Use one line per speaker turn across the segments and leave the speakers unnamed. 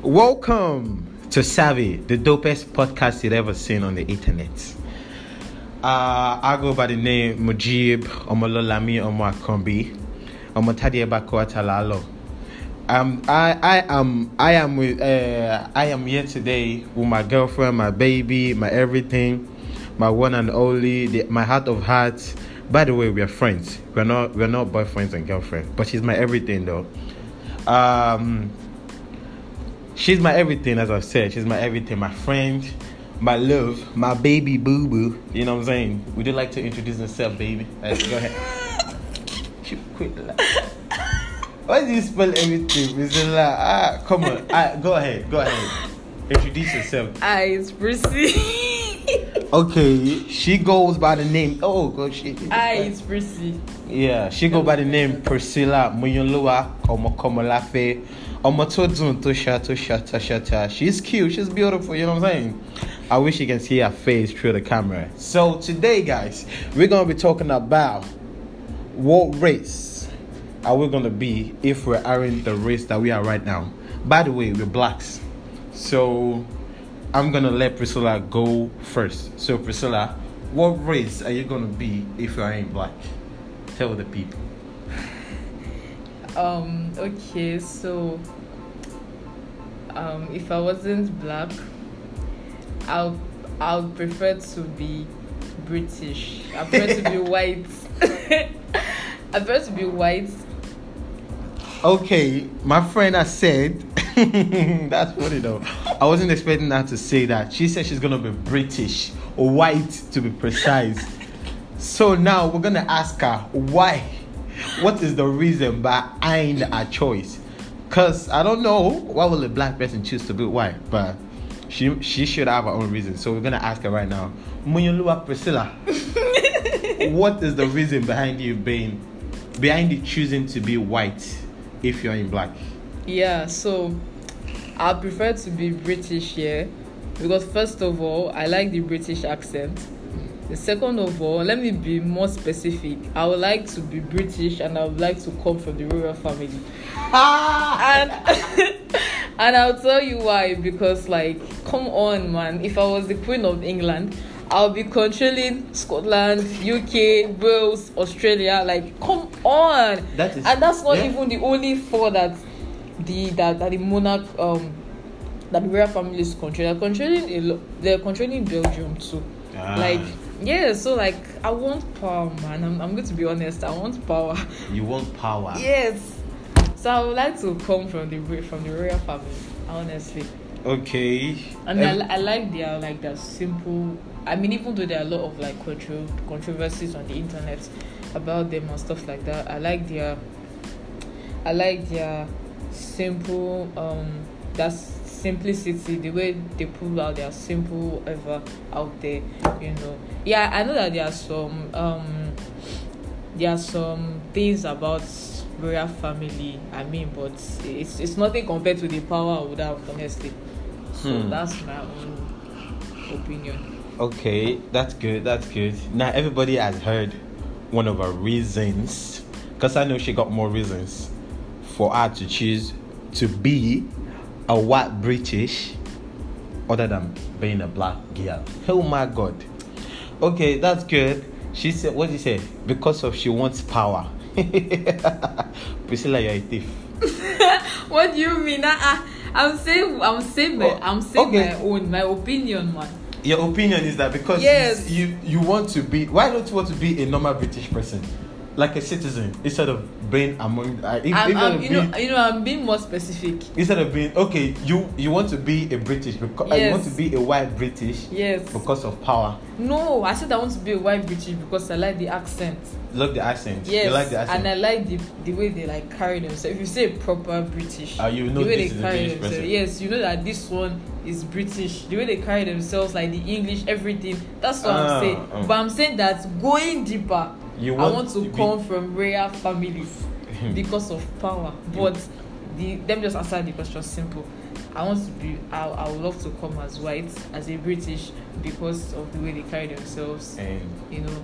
Welcome to Savvy, the dopest podcast you've ever seen on the internet. Uh, I go by the name Mujib Omololami Omwakombi Omotadie Bakoatalalo. Um, I, I am I am with uh, I am here today with my girlfriend, my baby, my everything, my one and only, the, my heart of hearts. By the way, we are friends. We're not we're not boyfriends and girlfriends, but she's my everything though. Um, She's my everything, as I've said. She's my everything, my friend, my love, my baby boo boo. You know what I'm saying? Would you like to introduce yourself, baby? Let's go ahead. She quit. la- Why do you spell everything? It's a lie. Ah, come on. Ah, go ahead. Go ahead. Introduce yourself.
Eyes Prissy.
Okay. She goes by the name. Oh, go shit.
Eyes Prissy.
Yeah, she go by the name Priscilla Muyolua Omokomolafe Omotodun Tosha Tosha Tasha Tasha. She's cute, she's beautiful, you know what I'm saying? I wish you can see her face through the camera. So today, guys, we're gonna be talking about what race are we gonna be if we're in the race that we are right now. By the way, we're blacks, so I'm gonna let Priscilla go first. So Priscilla, what race are you gonna be if you ain't black? Tell the people.
Um, okay, so um if I wasn't black, I'll I'll prefer to be British. I prefer to be white. I prefer to be white.
Okay, my friend has said that's funny though. I wasn't expecting her to say that. She said she's gonna be British or white to be precise. so now we're gonna ask her why. What is the reason behind her choice? Cause I don't know why will a black person choose to be white, but she she should have her own reason. So we're gonna ask her right now. Muyolua Priscilla, what is the reason behind you being behind you choosing to be white if you're in black?
Yeah, so I prefer to be British here because first of all, I like the British accent. The second of all, let me be more specific. I would like to be British and I would like to come from the rural family.
Ah!
And and I'll tell you why because like come on man, if I was the Queen of England, I'll be controlling Scotland, UK, Wales, Australia. Like come on.
That is-
and that's not
yeah.
even the only four that the that, that the monarch um that the royal family is controlling. They're controlling a lo- they're controlling Belgium too.
Ah.
Like yeah, so like I want power, man. I'm I'm going to be honest. I want power.
You want power.
Yes. So I would like to come from the ro- from the royal family, honestly.
Okay.
I mean, I,
Ev-
li- I like their like their simple. I mean, even though there are a lot of like contro- controversies on the internet about them and stuff like that, I like their. I like their simple. Um, that simplicity, the way they pull out their simple ever out there, you know. Yeah, I know that there are some. Um, there are some things about royal family. I mean, but it's it's nothing compared to the power I would have, honestly. So
Hmm.
that's my own opinion.
okay, that's good. That's good. Now everybody has heard one of her reasons, because I know she got more reasons for her to choose to be a white British other than being a black girl. Oh my god. Okay, that's good. She said, what did she say? Because of she wants power. Priscilla, you're a thief.
What do you mean? Ah, ah, I'm saying I'm saying my I'm saying
Okay.
my own my opinion, man.
Your opinion is that because
Yes.
you you want to be why don't you want to be a normal British person, like a citizen instead of being among uh, if,
I'm,
if
I'm, you
you're a
know you know I'm being more specific.
Brit- instead of being okay you you want to be a British because you want to
Yes.
be a white British
Yes.
because of power.
No, I said I want to be a white British because I like the accent.
Love the accent.
Yes,
you like the accent.
and I like the the way they like carry themselves. If you say proper British,
Ah, you know
the way
this
they
is a
carry
British
themselves.
person.
Yes, you know that this one is British. The way they carry themselves, like the English, everything. That's what
Ah,
I'm saying.
ah.
But I'm saying that going deeper,
You
I
want
want
to
to
be- Hmm.
come from royal families because of power. But the let me just answer the question simple. I want to be. I, I would love to come as white, as a British, because of the way they carry themselves.
And
You know,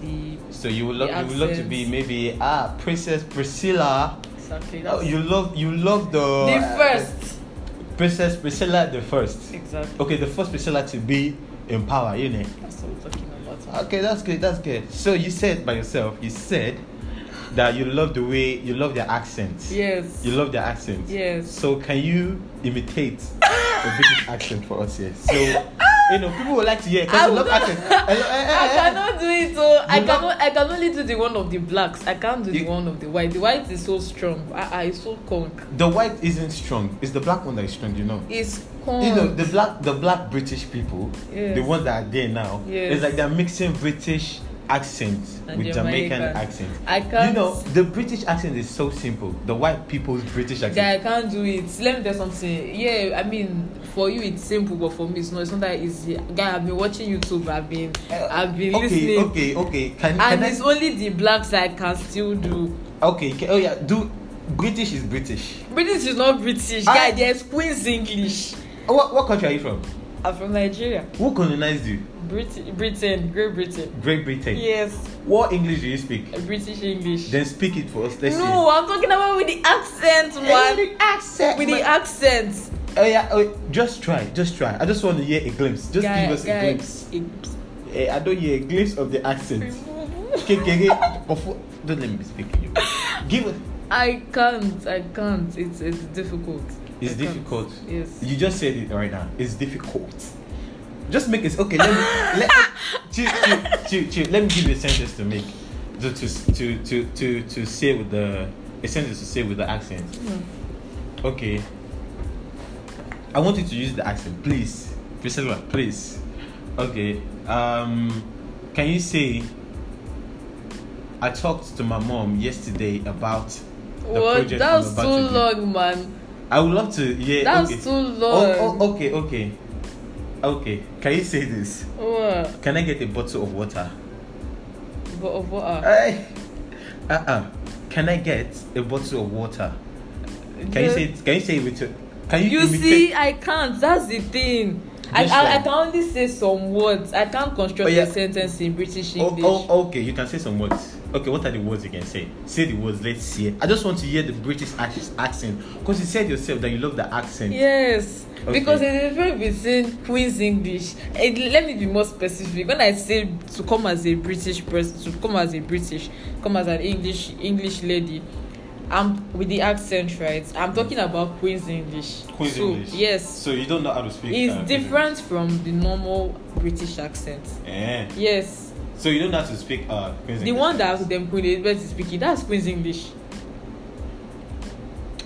the
so you would
The
love you would love to be
accents.
maybe ah Princess Priscilla.
exactly.
Oh,
that's-
you love you love the
the
uh,
first
Princess Priscilla the first.
Exactly.
Okay, the first Priscilla to be in power, you know.
That's what we're talking about.
Okay, that's good. That's good. So you said by yourself, you said that you love the way you love their accents.
Yes.
You love their accent.
Yes.
So can you imitate a British accent for us here? So you know people would like to hear
I
because you love
would not-
accent. I lo- eh, eh,
I
eh.
cannot do it. So I
You know-
cannot. I can only do the one of the blacks. I can't do the
You-
one of the white. The white is so strong. I, I so conk.
The white isn't strong. It's the black one that is strong. You know.
It's conk.
You know the black the black British people,
Yes.
the ones that are there now.
Yes.
It's like they're mixing British accents
And
with
Jamaican.
Jamaican, accents.
I can't.
You know the British accent is so simple. The white people's British accent.
Guy, I can't do it. Let me tell you something. Yeah, I mean, for you it's simple, but for me it's not. It's not that easy. Guy, I've been watching YouTube. I've been, I've been
Uh, okay,
listening,
okay, okay. Can,
and
can I,
it's only the blacks I can still do.
okay? Can, oh yeah, do British is British.
British is not British.
I-
Guy, there's Queen's English.
What, what country are you from?
I'm from Nigeria,
Who colonized you?
Brit- Britain, Great Britain.
Great Britain.
Yes,
What English do you speak?
British English.
Then speak it for us. Let's
no, I'm talking about with the accent,
see. Eh,
man.
accent.
With the
man.
accent.
oh yeah, oh, just try, just try. I just want to hear a glimpse. Just
Guy,
give us
guy,
a glimpse. Eh, I don't hear a glimpse of the accent.
it-
Kekere, Ofu- don't let me be speaking you. Give it.
I can't. I can't. It's it's difficult.
It's
I can't.
difficult.
Yes.
You just said it right now. It's difficult. Just make it okay. Let me let chill, chill, chill, chill. Let me give you a sentence to make to to to to to, to say with the a sentence to say with the accent.
Hmm.
Okay. I want you to use the accent, please. Priscilla, please. Okay. Um, can you say? I talked to my mom yesterday about the
What?
project.
That
I'm
was
about
too
to do.
long, man.
I would love to. Yeah.
That was
okay.
too long.
Oh, oh, okay, okay, okay. Can you say this?
What?
Can I get a bottle of water?
But of what? are-
Hey. Uh uh Can I get a bottle of water? Can you
The-
say? It, can you say it with your? Can you?
You
imitate-
see, I can't. That's the thing. I,
This
I, I
one.
can only say some words. I can't
Oh,
construct
yeah.
a sentence in British
Oh,
English.
oh, okay. You can say some words. Okay, what are the words you can say? Say the words. Let's see. it. I just want to hear the British ac- accent because you said yourself that you love the accent.
Yes,
Okay.
because there's a difference between Queen's English. And let me be more specific. When I say to come as a British person, to come as a British, come as an English English lady, I'm with the accent right. I'm talking about Queen's English.
Queen's
so,
English.
Yes,
So you don't know how to speak.
it's
uh, Queen's
different from the normal British accent.
English. Eh.
Yes,
So you don't know how to speak. Uh, Queen's
the
English.
one that them Queen Elizabeth is speaking, that's Queen's English.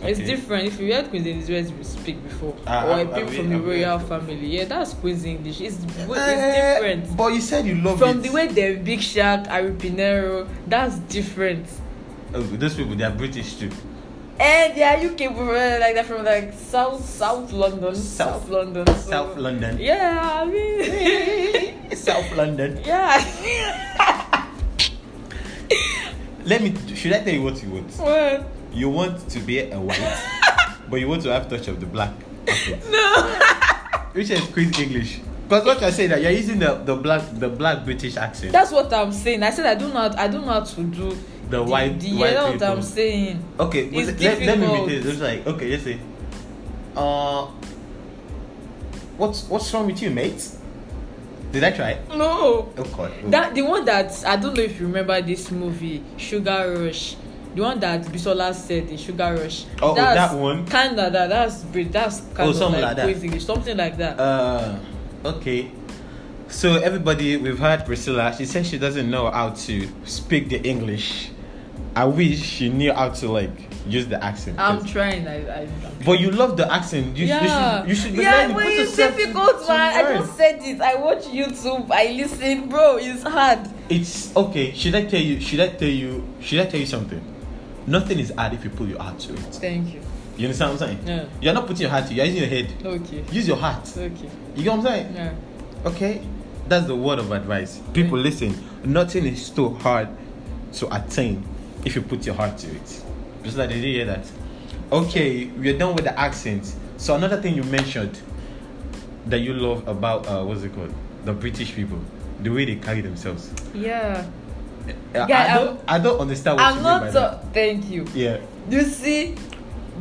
It's
Okay.
different. If you heard Queen Elizabeth speak before,
Ah,
or
ah,
a people
ah,
from
we-
the
ah, we-
royal family, yeah, that's Queen's English. It's, it's
Eh,
different.
But you said you love
From
it.
the way they Big Shark, Ari Pinero, that's different.
Oh, those people, they are British too.
And they are UK, people, eh, like they're from like South South London, South,
South-
London, so-
South London.
Yeah, I mean,
South London.
yeah.
Let me. Should I tell you what you want?
What?
You want to be a white, but you want to have touch of the black. Okay.
No.
Which is Queen's English. Because what you're saying that you're using the, the black the black British accent.
That's what I'm saying. I said I do not. I do not to do
The white-
The,
white
you know what I'm
people.
saying.
Okay, but
It's
let, let, let me
difficult.
read this. It's like, okay, let's say, uh, what's what's wrong with you, mate? Did I try?
No.
Oh God. oh.
That the one that I don't know if you remember this movie, Sugar Rush. The one that Bisola said, the Sugar Rush.
Oh, oh,
That's
that one?
Kinda that. That's Brit. That's kind
Oh,
of
something
like,
like that.
Queen's English, something like that.
Uh, okay. So everybody, we've heard Priscilla. She says she doesn't know how to speak the English. I wish she knew how to like use the accent.
I'm trying. I. I I'm
but you love the accent. You,
Um, yeah,
you should. You should be
yeah,
learning.
but
Put
it's
yourself to-
difficult,
to
man. I
learn.
just said it. I watch YouTube. I listen, bro. It's hard.
It's okay. Should I tell you? Should I tell you? Should I tell you something? Nothing is hard if you put your heart to it.
Thank you.
You understand what I'm saying?
Yeah.
You're not putting your heart to. it, You're using your head.
Okay.
Use your heart.
Okay.
You get what I'm saying?
Yeah.
Okay, that's the word of advice. People, listen. Nothing is too hard to attain if you put your heart to it. Just like did you hear that? Okay, we're done with the accents. So another thing you mentioned that you love about uh, what's it called? The British people, the way they carry themselves.
Yeah.
Uh,
Yeah,
I don't. I don't understand what you
I'm
mean by that.
not. so- Thank you.
Yeah.
You see,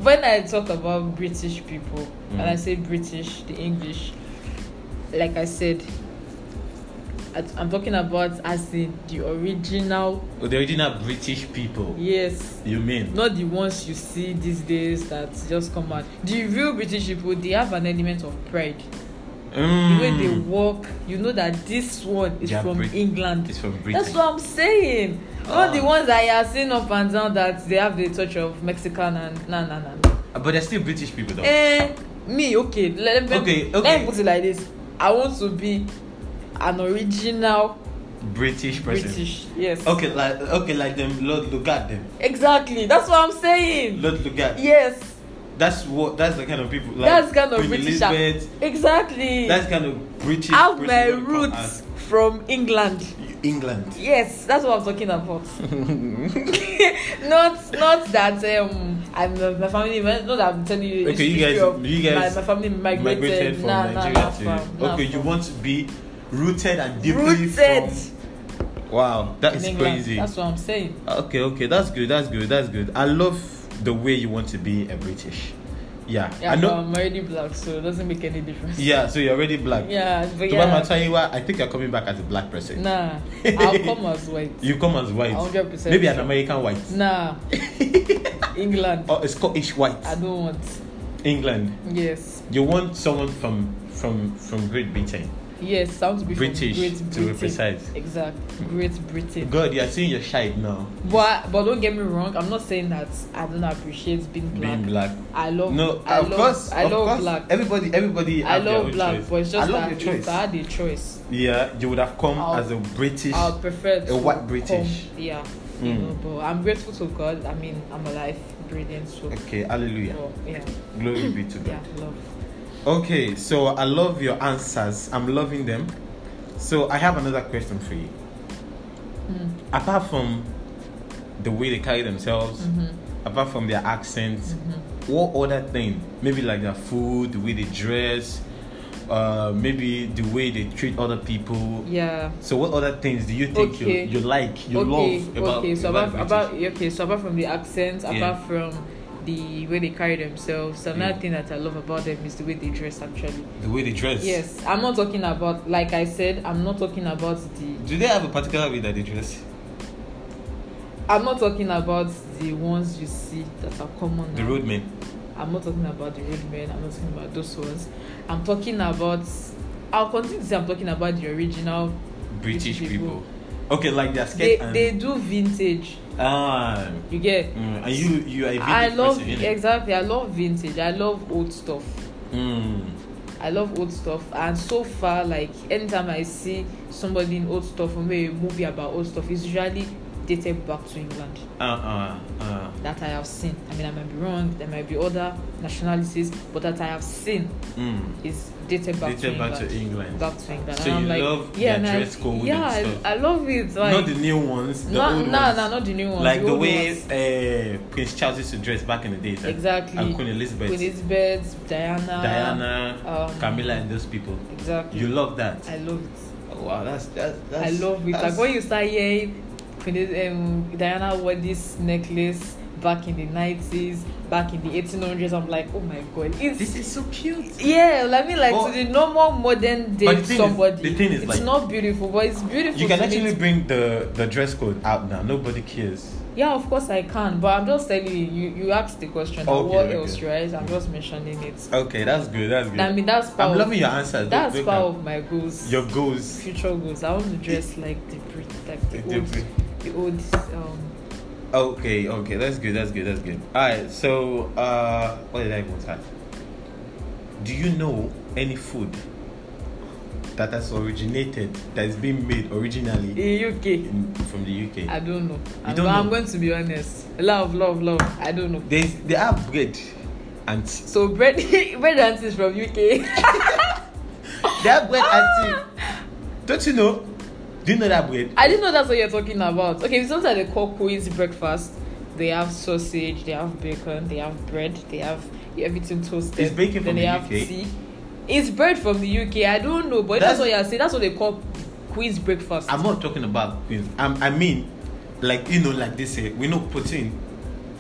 when I talk about British people and I
Mm.
say British, the English, like I said, I, I'm talking about as in the original.
Oh, the original British people.
Yes,
You mean?
not the ones you see these days that just come out. The real British people, they have an element of pride. The way they
Mm.
walk, you know that this one is
They are
from
Brit-
England.
It's from Britain.
That's what I'm saying. All the
Ah.
ones that you are seeing up and down that they have the touch of Mexican and na na na. na.
Uh, But they're still British people though.
Eh, me okay. Let, let,
Okay,
let
okay.
me put it like this. I want to be an original
British person.
British. Yes.
Okay, like okay, like them. Lord, look at them.
Exactly. That's what I'm saying.
Lord, look at.
Yes.
That's what. That's the kind of people. Like,
that's kind of
Queen
British.
Elizabeth,
Exactly.
That's kind of British.
have
person
my
when it come
roots from England.
out. England.
Yes, that's what I'm talking about. not not that um I'm my family not that I'm telling you. the
Okay, you
history
guys-
of
you guys
my, my family migrated,
Migrated from
nah, nah,
Nigeria
nah,
to.
fam, nah,
okay, you
fam.
want to be rooted and deeply
rooted
from. Wow, that
in
is
England.
crazy.
That's what I'm saying.
Okay, okay, that's good. That's good. That's good. I love the way you want to be a British. Yeah,
Yeah,
I
but
know.
I'm already black, so it doesn't make any difference.
Yeah, so you're already black.
yeah, but
To yeah.
yeah,
I think you're coming back as a black person.
nah, I'll come as white.
You come as white.
100%
Maybe an
sure.
American white.
Nah, England.
Or Oh, a Scottish white.
I don't want.
England.
Yes,
You want someone from from from Great Britain.
yes, sounds be from
British,
Great
to be
Britain.
precise.
Exactly, Great Britain.
God, you're seeing your shade now.
But but don't get me wrong, I'm not saying that I don't appreciate being black.
Being black.
I love
No,
I
of
love,
course.
I
of
love
course.
black.
Everybody, everybody.
I
have their
love
own
black,
choice.
but it's
I
just
love
that
your
if
choice.
I had a choice,
Yeah, you would have come
I'll-
as a British.
I would prefer to
white British.
come- yeah, you
Mm.
know. But I'm grateful to God. I mean, I'm alive, brilliant. So
Okay, hallelujah.
so, yeah,
Glory be to God.
yeah, love.
Okay, so I love your answers. I'm loving them. So I have another question for you.
Mm.
Apart from the way they carry themselves,
Mhm.
apart from their accents,
Mm-hmm.
what other thing? Maybe like their food, the way they dress, uh, maybe the way they treat other people.
Yeah.
So what other things do you think
Okay.
you, you like, you
okay,
love about
okay. So
about
apart, about okay, so apart from the accents,
Yeah.
apart from the way they carry themselves, another
Yeah.
thing that I love about them is the way they dress. Actually,
British? the way they dress?
yes, I'm not talking about like I said, I'm not talking about the
Do they have a particular way that they dress?
I'm not talking about the ones you see that are common.
The
now.
roadmen.
I'm not talking about the road men. I'm not talking about those ones. I'm talking about. I'll continue to say I'm talking about the original.
British
British people.
people. Okay, like their skirt
They
and
they do vintage.
Ah,
You get.
mm, and you you are a vintage
I love
person, innit?
exactly. I love vintage. I love old stuff.
Mm,
I love old stuff. And so far, like anytime I see somebody in old stuff or maybe a movie about old stuff, it's usually dated back to England.
uh, uh, uh.
that I have seen. I mean, I might be wrong. There might be other nationalities, but that I have seen
Mm.
is dated back,
Dated
to,
back
England.
to England.
Back to England.
So
and
you
I'm like,
love
yeah,
their
and I-
dress code and
Yeah,
stuff.
I, I love it. Like,
not the new ones, the
no,
old
no,
ones.
no, not the new ones.
like the
old
way
ones.
uh, Prince Charles used to dress back in the days. and-
Exactly.
And Queen Elizabeth,
Queen Elizabeth, Diana,
Diana,
um,
Camilla, and those people.
Exactly.
You love that.
I love it.
wow, that's that's.
I
that's
love it.
That's,
Like when you start hearing Queen Eliz- um, Diana wore this necklace back in the 90s, back in the 1800s, I'm like, oh my god, it's
this is so cute.
Yeah, like I mean, like
But-
to the normal modern
But
day
the thing is-
somebody,
the thing is,
it's
like-
not beautiful, but it's beautiful.
You can
to me.
actually bring the the dress code out now. Nobody cares.
yeah, of course I can, but I'm just telling you, you, you asked the question, like,
Okay,
what
okay.
else, right? I'm just mentioning it.
Okay, that's good. That's good.
I mean, that's part.
I'm
of,
loving your answers.
That's
Look- look
part
at-
of my goals.
your goals.
future goals. I want to dress like the Brit, like the,
The
old,
Brit.
the old. Um,
Okay, okay, that's good, that's good, that's good. Alright, so uh what did I want to ask? Do you know any food that has originated that is being made originally
in UK,
in, from the UK?
I don't know. I'm,
don't
I'm
know?
going to be honest. Love, love, love. I don't know.
There's they have bread and tea.
So bread, bread and tea is from UK.
they have bread and tea.
Ah!
Don't you know? Do you know that bread?
I didn't know that's what you're talking about. Okay, it's something they call Queen's breakfast. They have sausage, they have bacon, they have bread, they have everything toasted.
Is bacon
then
from
they
the
have
UK?
tea. It's bread from the UK. I don't know, but
That's-
that's, what you're saying. That's what they call Queen's breakfast.
I'm not talking about Queens. I'm, I mean like you know, like they say, we know poutine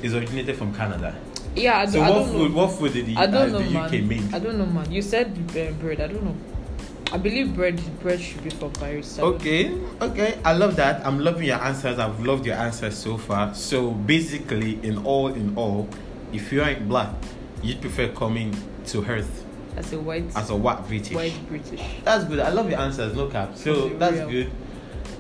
is originated from Canada.
yeah, I, do,
So
I
what
don't
food?
know.
What food did the,
I
has
don't know,
the UK
man.
made?
I don't know, man. You said uh, bread. I don't know. I believe bread. Bread should be from Paris. I don't
Okay, okay. I love that. I'm loving your answers. I've loved your answers so far. So basically, in all, in all, if you ain't black, you'd prefer coming to Earth
know. As a white,
as a white British.
white British.
That's good. I love your answers. No cap. So
Okay,
that's
real.
good.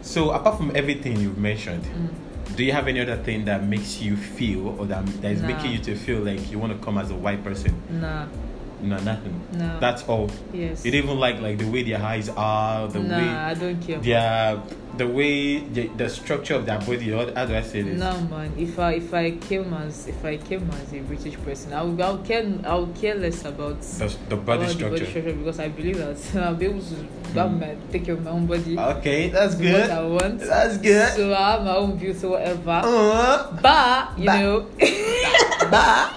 So apart from everything you've mentioned,
Mm.
do you have any other thing that makes you feel or that that is
Nah.
making you to feel like you want to come as a white person?
Nah,
No, nothing.
nah.
That's all.
yes.
You don't even like like the way their eyes are, the
nah,
way
I don't care.
their the way the, the structure of their body how, how do i say this
No man, if I if I came as if I came as a British person, I would I'll care I'll care less about
the, the
about
body structure
because I believe that I'll be able to have my, take care of my own body,
okay that's
do what
good
I want,
that's good
so I have my own beauty, whatever.
uh,
But you
But-
know,
bah.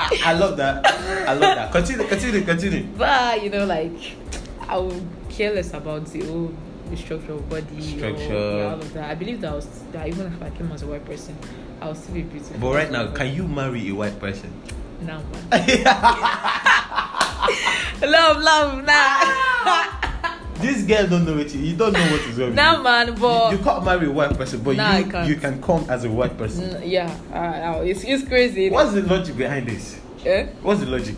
I, I love that i love that continue continue continue
but you know, like I will care less about the whole structure of body,
Structure.
Or, yeah, all of that. I believe that I was that even if I came as a white person, I will still be beautiful.
but right now can you marry a white person
Now, man. love, love, nah.
this girl don't know what you, you don't know what is going
Nah, man,
you,
but
you can't marry a white person but
Nah, I
you,
can't.
you can come as a white person
N- yeah, uh, uh, it's it's crazy.
what's the logic behind this
Eh?
what's the logic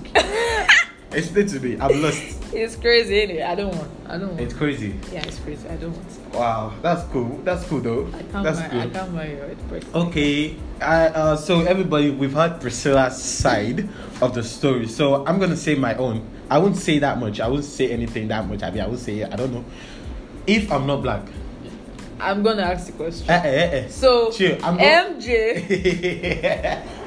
explain to me i'm lost
It's crazy. Innit? I don't want. I don't want.
it's crazy
yeah, it's crazy. I don't want.
Wow, that's cool. That's cool though.
I can't.
That's
marry, I
good.
can't marry a white person.
Okay, I, uh, so everybody, we've heard Priscilla's side of the story. So I'm gonna say my own. I won't say that much. I won't say anything that much. I mean, I won't say. I don't know. If I'm not black,
I'm gonna ask the question.
eh, eh, eh, eh.
So
chill, I'm go-
MJ,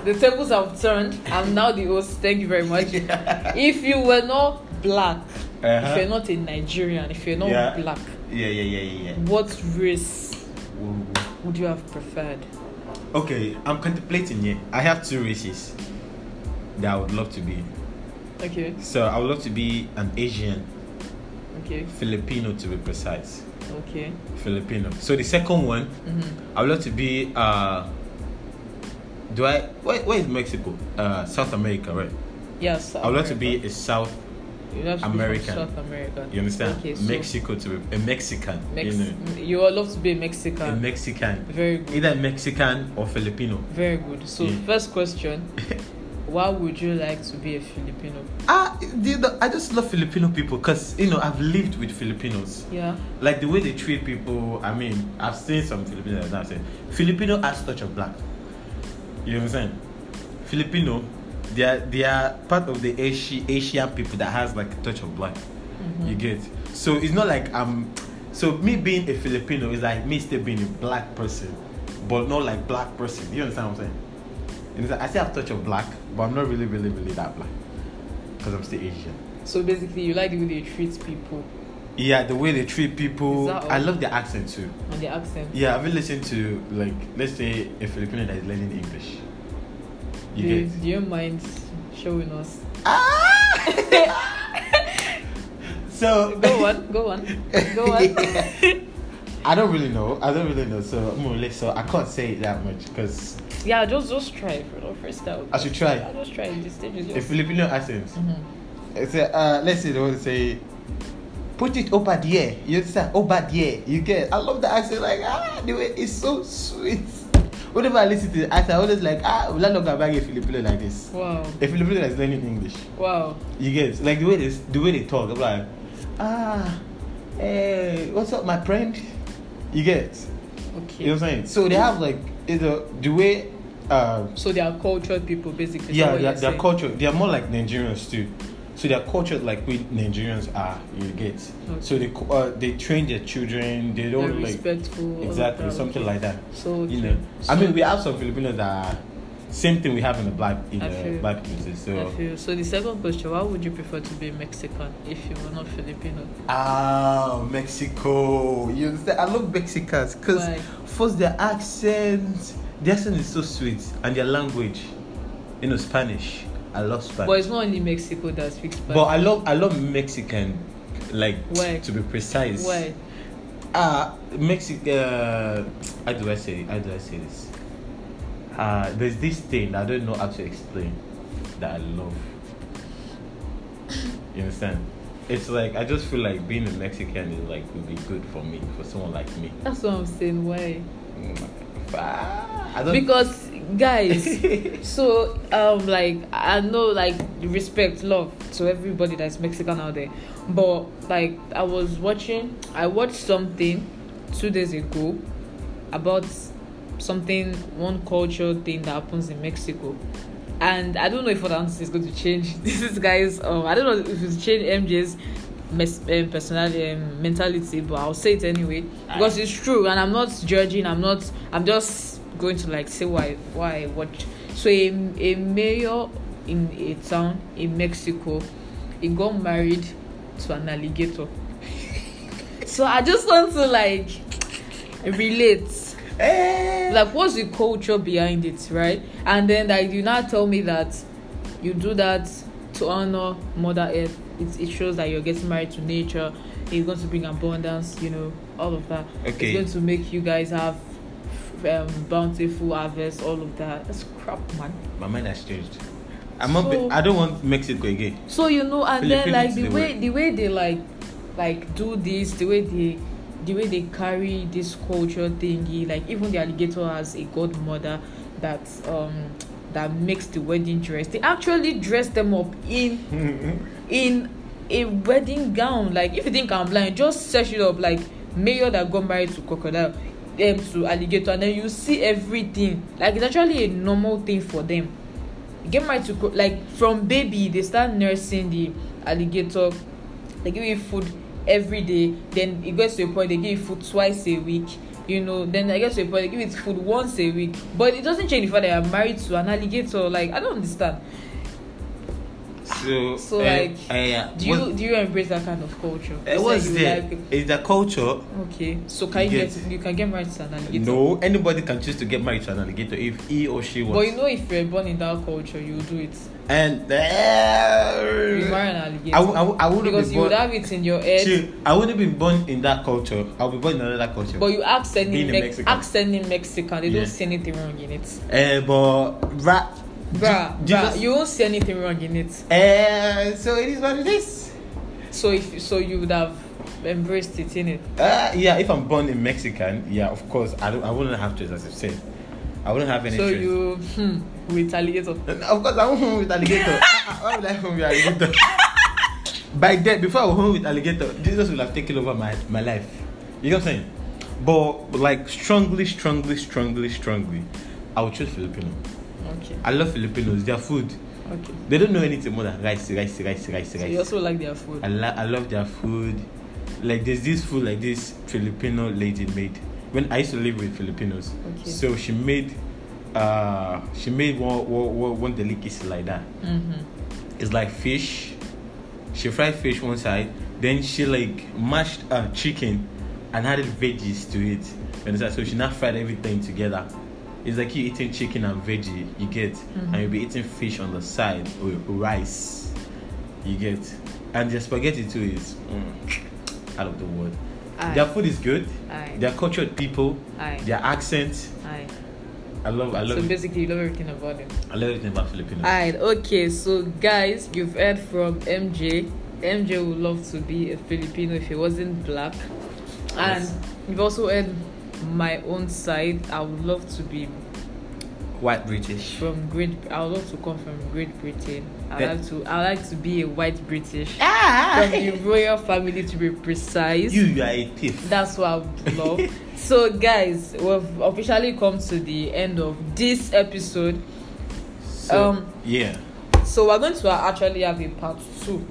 the tables have turned. I'm now the host. Thank you very much. If you were not black,
Uh-huh.
if you're not a Nigerian, if you're not
Yeah.
black,
yeah, yeah, yeah, yeah, yeah.
what race
Woo, woo.
would you have preferred?
Okay, I'm contemplating. Yeah, I have two races that I would love to be.
Okay.
So I would love to be an Asian
Okay.
Filipino, to be precise.
Okay.
Filipino. So the second one, I
Mm-hmm.
would love to be. Uh, do I? Where, where is Mexico? Uh, South America, right?
Yes.
I would love to be a South.
You have to be from
American.
South American.
You understand?
Okay, so
Mexico to be a Mexican.
Mex- Mm,
You know,
you would love to be a
a
Mexican.
Mexican,
Very good.
either Mexican or Filipino.
Very good. So
Yeah.
first question, why would you like to be a Filipino?
Ah, the, the, I just love Filipino people because you know I've lived with Filipinos.
Yeah.
Like the way they treat people. I mean, I've seen some Filipinos. I've seen Filipino has touch of black. You understand? Filipino, they are they are part of the Asi- Asian people that has like a touch of black.
Mm-hmm. Mm.
You get. So it's not like I'm. So me being a Filipino is like me still being a black person, but not like black person. You understand what I'm saying? You understand? I still have touch of black, but I'm not really, really, really that black, because I'm still Asian.
So basically, you like the way they treat people
Yeah, the way they treat people.
Is that all?
I love the accent too.
and the accent.
Yeah, I've been listening to like let's say a Filipino that is learning English. You
do, you,
get
do you mind showing us?
so
Go on, go on, go on.
I don't really know. I don't really know. So more or less, so I can't say it that much because
yeah, just just try for the first time.
I should try.
Yeah, just try. This stage is
a
yours.
Filipino accent.
Mhm.
It's a, uh, let's say they want to say, put it over the air. You understand? Over the air. You get? I love the accent. Like ah, the way it's so sweet. Whenever I listen to the accent, I always like ah, will I not go back a Filipino like this?
Wow,
A Filipino that's learning English.
wow.
You get like the way they the way they talk. I'm like, ah, hey, what's up, my friend? You get?
Okay.
You know what I'm saying? So they have like you know the way, uh,
so they are cultured people, basically. is that
yeah, their,
what you're
their
saying?
culture. They are more like Nigerians too. So they are cultured like we Nigerians are. You get? So they co- uh, they train their children. They
They're
don't like
respectful. all of
exactly
that.
something like that.
So
You
okay.
know, I
So-
mean we have some Filipinos that are same thing we have in the black in
I
the
feel-
black community. So.
I feel. So the second question, why would you prefer to be Mexican if you were not Filipino?
Ah, Mexico. You understand? I love Mexicans because
Why?
first their accent, their accent is so sweet, and their language, you know, Spanish. I love Spanish.
But it's not only Mexico that speaks Spanish.
But I love I love Mexican, like
Why?
to be precise.
Why?
Ah, Mexican. Uh, how Ah, do I say? How do I say this? Uh, there's this thing I don't know how to explain. that I love. You understand? It's like I just feel like being a Mexican is like would be good for me, for someone like me.
That's what I'm saying. Why?
Mm, ah, I don't
Because guys, so um, like I know like respect, love to everybody that's Mexican out there, but like I was watching, I watched something two days ago about something one culture thing that happens in Mexico. And I don't know if what answer is going to change. This is guys. Um, I don't know if it's change MJ's mes- um, personality um, mentality, but I'll say it anyway because it's true. And I'm not judging. I'm not. I'm just going to like say why why what. So a, a mayor in a town in Mexico, he got married to an alligator. so I just want to like relate
Eh.
like what's the culture behind it right and then like you now tell me that you do that to honor mother earth it, it shows that you're getting married to nature it's going to bring abundance you know all of that
Okay.
it's going to make you guys have um, bountiful harvest all of that that's crap man
My mind has changed. I'm not.
So-
I don't want Mexico again.
so you know and then like the
Filipinos, they
way the way they like like do this the way they the way they carry this culture thingy like even the alligator has a godmother that um that makes the wedding dress they actually dress them up in in a wedding gown like if you think i'm blind just search it up like mayor that got married to crocodile um to alligator and then you see everything like it's actually a normal thing for them get married to cro- like from baby they start nursing the alligator they give you food every day then it gets to a point they give you food twice a week you know then i get to a point they give you food once a week but it doesn't change the fact that you're married to an alligator like i don't understand
So,
So,
eh,
like,
eh, eh,
do you
what-
do you embrace that kind of culture
eh,
You said
what's
you
there?
like-
Is the culture?
okay so can you
You
get
get-
you can get married to an alligator
No, anybody can choose to get married to an alligator if he or she
but
wants.
you know if you're born in that culture you do it
and
you marry
Eh,
an
I, wou-
alligator
I, wou- I wouldn't
because
be
you
born.
would have it in your head
Chill. I wouldn't be born in that culture. I'll be born in another culture.
But you ask any
Being a
Mex-
Mexican.
ask any Mexican, they
Yeah.
don't see anything wrong in it.
Eh, but ra-
Bruh,
Je-
bruh,
Jesus-
you won't see anything wrong in it.
Eh, so it is what it is.
So if so, you would have embraced it in it.
Uh, yeah, if I'm born in Mexican, yeah, of course, I don't, I wouldn't have choice, as you said. I wouldn't have any
So
choice.
you hmm, retaliate. on-
Of course, I won't home with alligator. Why would I home with alligator? By then, before I was home with alligator, Jesus would have taken over my, my life. You know what I'm saying? But like strongly, strongly, strongly, strongly, I would choose Filipino.
Okay,
I love Filipinos. Their food,
okay.
they don't know anything more than rice, rice, rice, rice,
So you
rice.
also like their food.
I, lo- I love their food. Like there's this food like this Filipino lady made. When I used to live with Filipinos,
Okay.
so she made, uh, she made one one, one, one delicacy like that.
Mm-hmm.
It's like fish. She fried fish one side, then she like mashed uh, chicken and added veggies to it. You understand? So she now fried everything together. It's like you eating chicken and veggie, you get,
Mm-hmm.
and you'll be eating fish on the side with rice, you get, and the spaghetti too is mm, out of the world.
Aye.
Their food is good.
Aye.
Their cultured people,
Aye.
their accent.
Aye.
I love, I love,
So basically, you love everything about them.
I love everything about Filipinos.
Alright, okay, so guys, you've heard from MJ. MJ would love to be a Filipino if he wasn't black. And
Yes.
you've also heard my own side. I would love to be
White British.
from Great I would love to come from Great Britain. I
That-
like to I like to be a white British.
Ah,
From the royal family to be precise.
you, you are a thief.
That's what I would love. so guys, we've officially come to the end of this episode.
So,
Um,
yeah,
So we're going to actually have a part two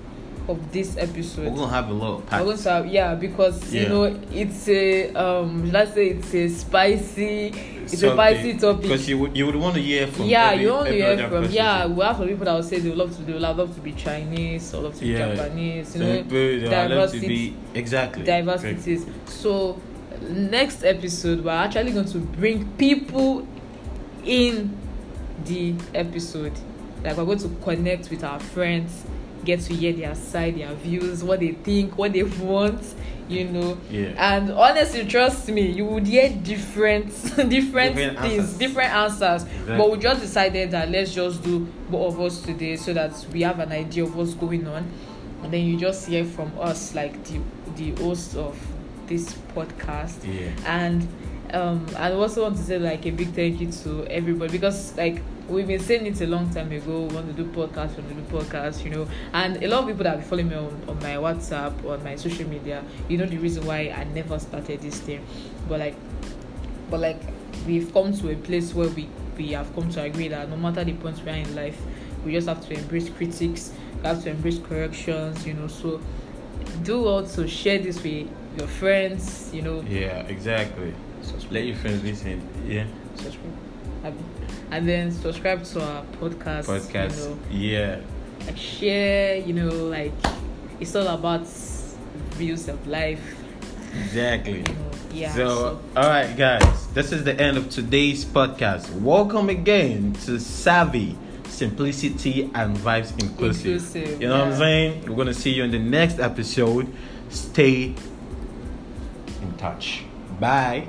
of this
we're
episode.
gonna have a lot of
We're going
parts.
to have yeah because
Yeah.
you know it's a um let's say it's a spicy it's a spicy
because
topic.
you would you would want to hear from
yeah,
every,
you want to
every
hear
other
from
person.
yeah we have some people that will say they would love to they would love to be Chinese or love to be
Yeah.
Japanese
So,
you know
but I love to
diversity-
be exactly Great.
diversities. So next episode we're actually going to bring people in the episode. Like we're going to connect with our friends, get to hear their side, their views, what they think, what they want, you know.
Yeah.
And honestly, trust me, you would hear different, different, things,
answers.
different answers.
Exactly.
But we just decided that let's just do both of us today so that we have an idea of what's going on, and then you just hear from us like the the host of this podcast
Yeah.
and um i also want to say like a big thank you to everybody because like we've been saying it a long time ago we want to do podcasts want to do podcasts you know and a lot of people that be following me on, on my whatsapp on my social media you know the reason why i never started this thing but like but like we've come to a place where we we have come to agree that no matter the points we are in life we just have to embrace critics we have to embrace corrections you know so do also share this with your friends you know
Yeah, exactly. Let your friends listen. Yeah.
subscribe. Abi. And then subscribe to our podcast.
Podcast.
You know,
Yeah.
like share, you know, like it's all about views of life.
Exactly.
You know. Yeah.
so, all right, guys, this is the end of today's podcast. Welcome again to Savvy Simplicity and Vibes Inclusive.
Inclusive,
you know what I'm
yeah.
saying? We're gonna see you in the next episode. Stay in touch. Bye.